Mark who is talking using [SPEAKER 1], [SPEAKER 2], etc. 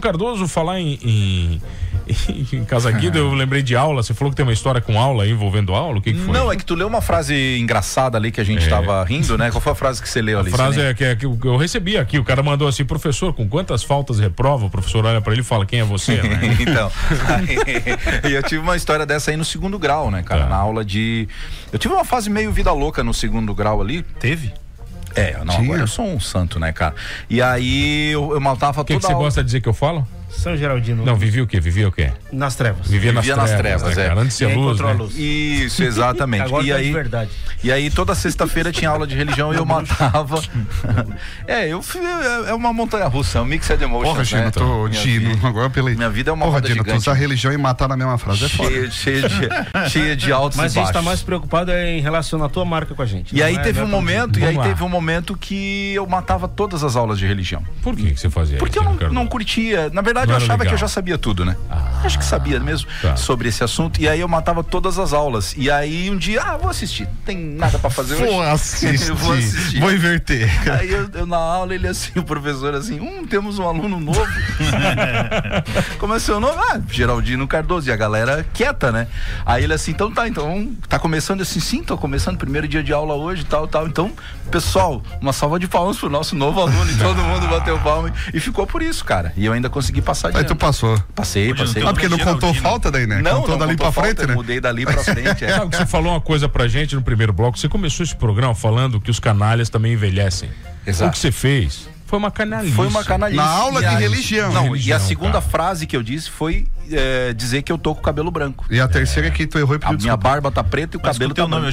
[SPEAKER 1] Cardoso, falar em, em, em Casaguido, eu lembrei de aula. Você falou que tem uma história com aula aí, envolvendo aula? O que, que foi?
[SPEAKER 2] Não, é que tu leu uma frase engraçada ali que a gente
[SPEAKER 1] É.
[SPEAKER 2] tava rindo, né? Qual foi a frase que você leu
[SPEAKER 1] A
[SPEAKER 2] ali?
[SPEAKER 1] frase
[SPEAKER 2] Cine?
[SPEAKER 1] é que, é que eu recebi aqui. O cara mandou assim, professor, com quantas faltas reprova? O professor olha pra ele e fala, quem é você, né?
[SPEAKER 2] Então, aí, e eu tive uma história dessa aí no segundo grau, né, cara?
[SPEAKER 1] Tá.
[SPEAKER 2] Na aula de. Eu tive uma fase meio vida louca no segundo grau ali.
[SPEAKER 1] Teve?
[SPEAKER 2] É, não,
[SPEAKER 3] Tinha.
[SPEAKER 2] agora eu sou um santo, né, cara? E aí eu, eu maltava
[SPEAKER 1] O que, que
[SPEAKER 2] toda
[SPEAKER 1] você
[SPEAKER 2] a aula.
[SPEAKER 1] gosta de dizer que eu falo?
[SPEAKER 4] São Geraldino.
[SPEAKER 1] Não, vivia o quê? Vivia o quê?
[SPEAKER 4] Nas trevas.
[SPEAKER 1] Vivia,
[SPEAKER 2] Vivia
[SPEAKER 1] nas
[SPEAKER 2] nas
[SPEAKER 1] trevas,
[SPEAKER 2] trevas,
[SPEAKER 1] né,
[SPEAKER 2] é.
[SPEAKER 1] cara? Antes de ser
[SPEAKER 4] Ninguém
[SPEAKER 1] luz,
[SPEAKER 4] controla a
[SPEAKER 1] né?
[SPEAKER 4] luz.
[SPEAKER 2] Isso, exatamente.
[SPEAKER 4] Agora
[SPEAKER 2] e
[SPEAKER 4] tá de
[SPEAKER 2] aí,
[SPEAKER 4] verdade.
[SPEAKER 2] E aí toda sexta-feira tinha aula de religião e eu matava. é, eu fui- é- é uma montanha russa, é um mix de emotions,
[SPEAKER 3] Porra, Gino,
[SPEAKER 2] né?
[SPEAKER 3] tô.
[SPEAKER 2] Minha
[SPEAKER 3] Gino,
[SPEAKER 2] vida-
[SPEAKER 3] agora pela.
[SPEAKER 2] minha vida é uma
[SPEAKER 3] Porra,
[SPEAKER 2] roda
[SPEAKER 3] Gino, tu
[SPEAKER 2] gigante.
[SPEAKER 3] usar religião e matar na mesma frase é foda.
[SPEAKER 2] Cheia, cheia de, cheia de altos
[SPEAKER 4] Mas
[SPEAKER 2] e
[SPEAKER 4] a
[SPEAKER 2] baixos.
[SPEAKER 4] gente tá mais preocupado é em relação à tua marca com a gente.
[SPEAKER 2] E
[SPEAKER 4] não
[SPEAKER 2] aí
[SPEAKER 4] é-
[SPEAKER 2] teve
[SPEAKER 4] não é
[SPEAKER 2] um
[SPEAKER 4] tão-
[SPEAKER 2] momento, e
[SPEAKER 1] Vamos
[SPEAKER 2] aí
[SPEAKER 1] lá.
[SPEAKER 2] teve um momento que eu matava todas as aulas de religião.
[SPEAKER 1] Por que, que você fazia
[SPEAKER 2] Porque eu
[SPEAKER 1] isso, né,
[SPEAKER 2] não,
[SPEAKER 1] Ricardo?
[SPEAKER 2] não curtia. Na verdade,
[SPEAKER 1] Não
[SPEAKER 2] eu
[SPEAKER 1] era
[SPEAKER 2] achava
[SPEAKER 1] legal. Ah.
[SPEAKER 2] que eu já sabia tudo, né? Acho que sabia mesmo
[SPEAKER 1] tá.
[SPEAKER 2] sobre esse assunto. E aí eu matava todas as aulas. E aí um dia, ah, vou assistir. Não tem nada pra fazer hoje.
[SPEAKER 3] Vou assistir.
[SPEAKER 2] Eu vou assistir.
[SPEAKER 3] Vou inverter.
[SPEAKER 2] Aí eu, eu na aula, ele assim, o professor assim, hum, temos um aluno novo. Como é seu nome? Ah, Geraldino Cardoso. E a galera quieta, né? Aí ele assim, então tá, então tá começando assim, sim, tô começando primeiro dia de aula hoje, tal, tal. Então, pessoal, uma salva de palmas pro nosso novo aluno e todo mundo bateu palma. E ficou por isso, cara. E eu ainda consegui passar de
[SPEAKER 3] Aí tu
[SPEAKER 2] ano.
[SPEAKER 3] passou.
[SPEAKER 2] Passei, passei.
[SPEAKER 3] Ah, porque não contou falta daí, né?
[SPEAKER 2] Não,
[SPEAKER 3] contou
[SPEAKER 2] não
[SPEAKER 3] dali
[SPEAKER 2] contou
[SPEAKER 3] pra
[SPEAKER 2] falta,
[SPEAKER 3] frente,
[SPEAKER 2] eu
[SPEAKER 3] né?
[SPEAKER 2] Mudei dali pra frente, é.
[SPEAKER 1] Sabe que você falou uma coisa pra gente no primeiro bloco? Você começou esse programa falando que os canalhas também envelhecem.
[SPEAKER 2] Exato.
[SPEAKER 1] O que você fez foi uma canalice.
[SPEAKER 2] Foi uma canalice.
[SPEAKER 3] Na aula
[SPEAKER 2] E
[SPEAKER 3] de
[SPEAKER 2] a-
[SPEAKER 3] religião.
[SPEAKER 2] Não, e
[SPEAKER 1] Religião,
[SPEAKER 2] a segunda
[SPEAKER 1] cara.
[SPEAKER 2] frase que eu disse foi é, dizer que eu tô com o cabelo branco.
[SPEAKER 3] E a terceira é que tu errou e
[SPEAKER 2] A
[SPEAKER 3] pediu
[SPEAKER 2] minha
[SPEAKER 3] desculpa.
[SPEAKER 2] barba tá preta e o
[SPEAKER 5] Mas
[SPEAKER 2] cabelo
[SPEAKER 5] com teu
[SPEAKER 2] tá branco.
[SPEAKER 5] nome,